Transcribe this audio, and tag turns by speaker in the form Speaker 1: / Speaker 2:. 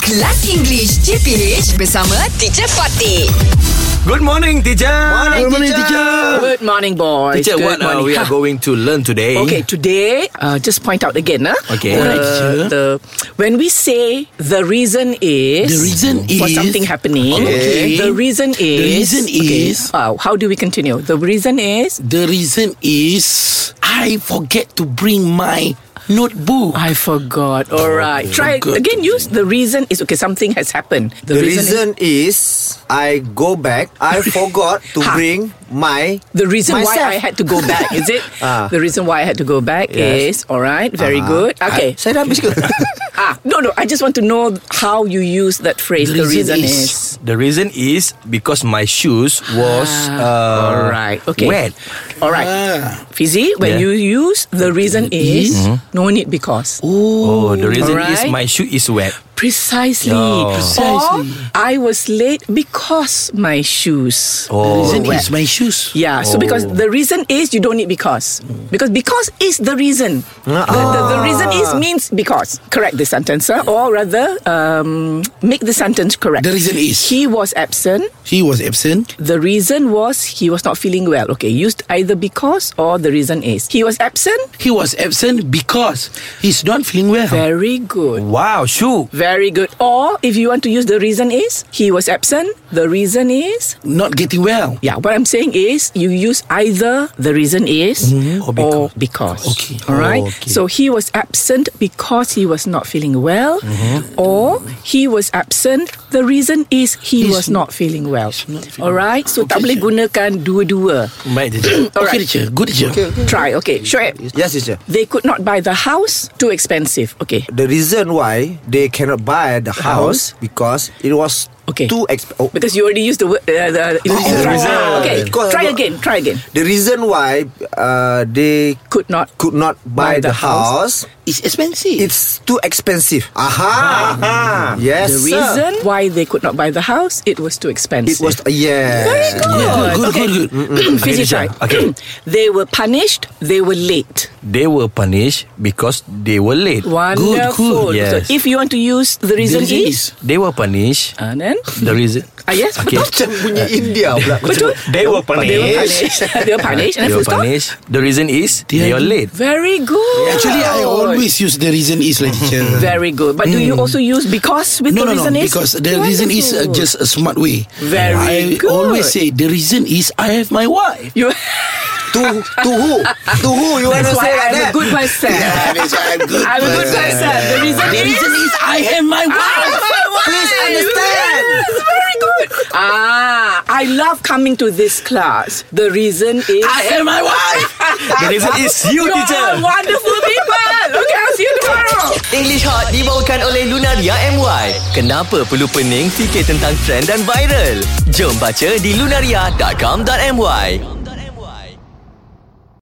Speaker 1: Kelas English CPH bersama Teacher Fatih.
Speaker 2: Good morning, teacher.
Speaker 3: Morning,
Speaker 4: morning,
Speaker 3: teacher.
Speaker 4: Good morning, boys.
Speaker 2: Teacher, what
Speaker 4: Good
Speaker 2: uh, we are
Speaker 4: Ha.
Speaker 2: going to learn today?
Speaker 4: Okay, today, uh, just point out again, huh?
Speaker 2: Okay.
Speaker 4: The,
Speaker 2: Alright,
Speaker 3: teacher.
Speaker 4: the, when we say the reason is
Speaker 3: The reason
Speaker 4: for
Speaker 3: is-
Speaker 4: something happening,
Speaker 3: Okay.
Speaker 4: the reason is
Speaker 3: reason
Speaker 4: Okay,
Speaker 3: is-
Speaker 4: uh, how do we continue? The reason is
Speaker 3: The reason is I forget to bring my notebook.
Speaker 4: I forgot. All right, try
Speaker 3: Forgot.
Speaker 4: again. Use the reason is okay. Something has happened.
Speaker 5: The reason, is, I go back. I forgot to
Speaker 4: Ha.
Speaker 5: bring my
Speaker 4: The reason
Speaker 5: myself.
Speaker 4: why I had to go back is it?
Speaker 5: Ah.
Speaker 4: The reason why I had to go back
Speaker 5: Yes.
Speaker 4: is
Speaker 5: Ah.
Speaker 4: all right. Very good. Okay.
Speaker 5: Saya dah habis ke?
Speaker 4: Ah, no, no. I just want to know how you use that phrase. The,
Speaker 3: The
Speaker 4: reason,
Speaker 3: reason
Speaker 4: is.
Speaker 2: The reason is because my shoes was
Speaker 5: Ah.
Speaker 2: uh,
Speaker 4: all right. Ah, Okay.
Speaker 2: wet.
Speaker 4: All right. Fizzy, when
Speaker 2: Yeah.
Speaker 4: you use the reason
Speaker 5: Mm-hmm.
Speaker 4: is, no need because.
Speaker 2: Oh, the reason
Speaker 4: All
Speaker 2: is
Speaker 4: right.
Speaker 2: my shoe is wet.
Speaker 4: Precisely.
Speaker 2: Oh.
Speaker 3: Precisely.
Speaker 4: Or I was late because my shoes.
Speaker 3: The
Speaker 2: Oh,
Speaker 3: reason is my shoes.
Speaker 4: Yeah, so because the reason is you don't need because. Because because is the reason.
Speaker 3: Ah.
Speaker 4: The, the, the reason is means because. Correct the sentence, huh? or rather, um, make the sentence correct.
Speaker 3: The reason is-
Speaker 4: He was absent.
Speaker 3: He was absent.
Speaker 4: The reason was he was not feeling well. Okay, used either because or the reason is. He was absent.
Speaker 3: He was absent because he's not feeling well.
Speaker 4: Very good.
Speaker 2: wow, shoe.
Speaker 4: Very good. Or if you want to use the reason is, he was absent. The reason is.
Speaker 3: Not getting well.
Speaker 4: Yeah, what I'm saying is you use either the reason is
Speaker 2: Or
Speaker 4: or,
Speaker 2: because.
Speaker 4: because.
Speaker 3: Okay.
Speaker 4: All right.
Speaker 2: okay.
Speaker 4: So he was absent because he was not feeling well, or he was absent. The reason is he
Speaker 3: He's
Speaker 4: was not feeling well.
Speaker 3: not feeling
Speaker 4: All right. So tak
Speaker 3: Okay,
Speaker 4: boleh
Speaker 3: sir.
Speaker 4: gunakan dua-dua.
Speaker 2: Baik, teacher.
Speaker 3: Okay,
Speaker 4: Alright.
Speaker 3: teacher. Good teacher.
Speaker 4: Try. Okay. Shoaib.
Speaker 5: yes, teacher.
Speaker 4: They could not buy the house. Too expensive. Okay.
Speaker 5: The reason why they cannot buy the house,
Speaker 4: house?
Speaker 5: because it was
Speaker 4: Okay.
Speaker 5: too exp- oh,
Speaker 4: Because you already used the word. Uh, the,
Speaker 5: reason.
Speaker 4: Ah, Okay.
Speaker 5: Because
Speaker 4: Try
Speaker 5: I got-
Speaker 4: again. Try again.
Speaker 5: The reason why uh, they
Speaker 4: Could not.
Speaker 5: could not buy, the, house,
Speaker 3: It's expensive.
Speaker 5: it's too expensive. Aha! Yes.
Speaker 4: The
Speaker 5: sir.
Speaker 4: reason why they could not buy the house, it was too expensive.
Speaker 5: It was yes.
Speaker 4: Very good.
Speaker 3: good,
Speaker 4: okay.
Speaker 3: good,
Speaker 4: good. Fizzy
Speaker 2: Okay,
Speaker 4: try.
Speaker 2: Lisa. Okay.
Speaker 4: they were punished. They were late.
Speaker 2: They were punished because they were late.
Speaker 4: Wonderful.
Speaker 2: Yes.
Speaker 4: So if you want to use the reason,
Speaker 3: reason
Speaker 4: is,
Speaker 2: They were punished.
Speaker 4: and then
Speaker 2: the reason.
Speaker 4: ah yes,
Speaker 2: Okay.
Speaker 4: betul.
Speaker 5: Macam bunyi India pula.
Speaker 4: Betul.
Speaker 2: They were
Speaker 4: They were
Speaker 2: punished.
Speaker 4: punished. they were punished. And
Speaker 2: They were
Speaker 4: then full stop.
Speaker 2: punished. The reason is they
Speaker 3: They
Speaker 2: are
Speaker 3: are-
Speaker 2: late.
Speaker 4: Very good.
Speaker 3: Actually, I always use the reason is, like teacher.
Speaker 4: Oh. Very good. But do you also use because with
Speaker 3: No,
Speaker 4: the
Speaker 3: no, no.
Speaker 4: reason is?
Speaker 3: Because the reason is uh,
Speaker 4: Wonderful.
Speaker 3: just a smart way.
Speaker 4: Very
Speaker 3: I
Speaker 4: good.
Speaker 3: always say the reason is I have my wife.
Speaker 4: you.
Speaker 5: to, to who? To who you want
Speaker 4: That's
Speaker 5: to
Speaker 4: why
Speaker 5: say like
Speaker 4: I'm
Speaker 5: that?
Speaker 4: a good person.
Speaker 3: that's why I'm good.
Speaker 4: I'm a good person. The reason
Speaker 3: The
Speaker 4: is.
Speaker 3: reason is I have my wife.
Speaker 4: Please understand. very good. Ah, I love coming to this class. The reason is
Speaker 3: I have my wife.
Speaker 2: The reason is you,
Speaker 4: you're all
Speaker 2: teacher.
Speaker 4: wonderful people. Okay, I'll see you tomorrow.
Speaker 6: English Hot dibawakan oleh Lunaria MY. Kenapa perlu pening fikir tentang trend dan viral? Jom baca di lunaria.com.my.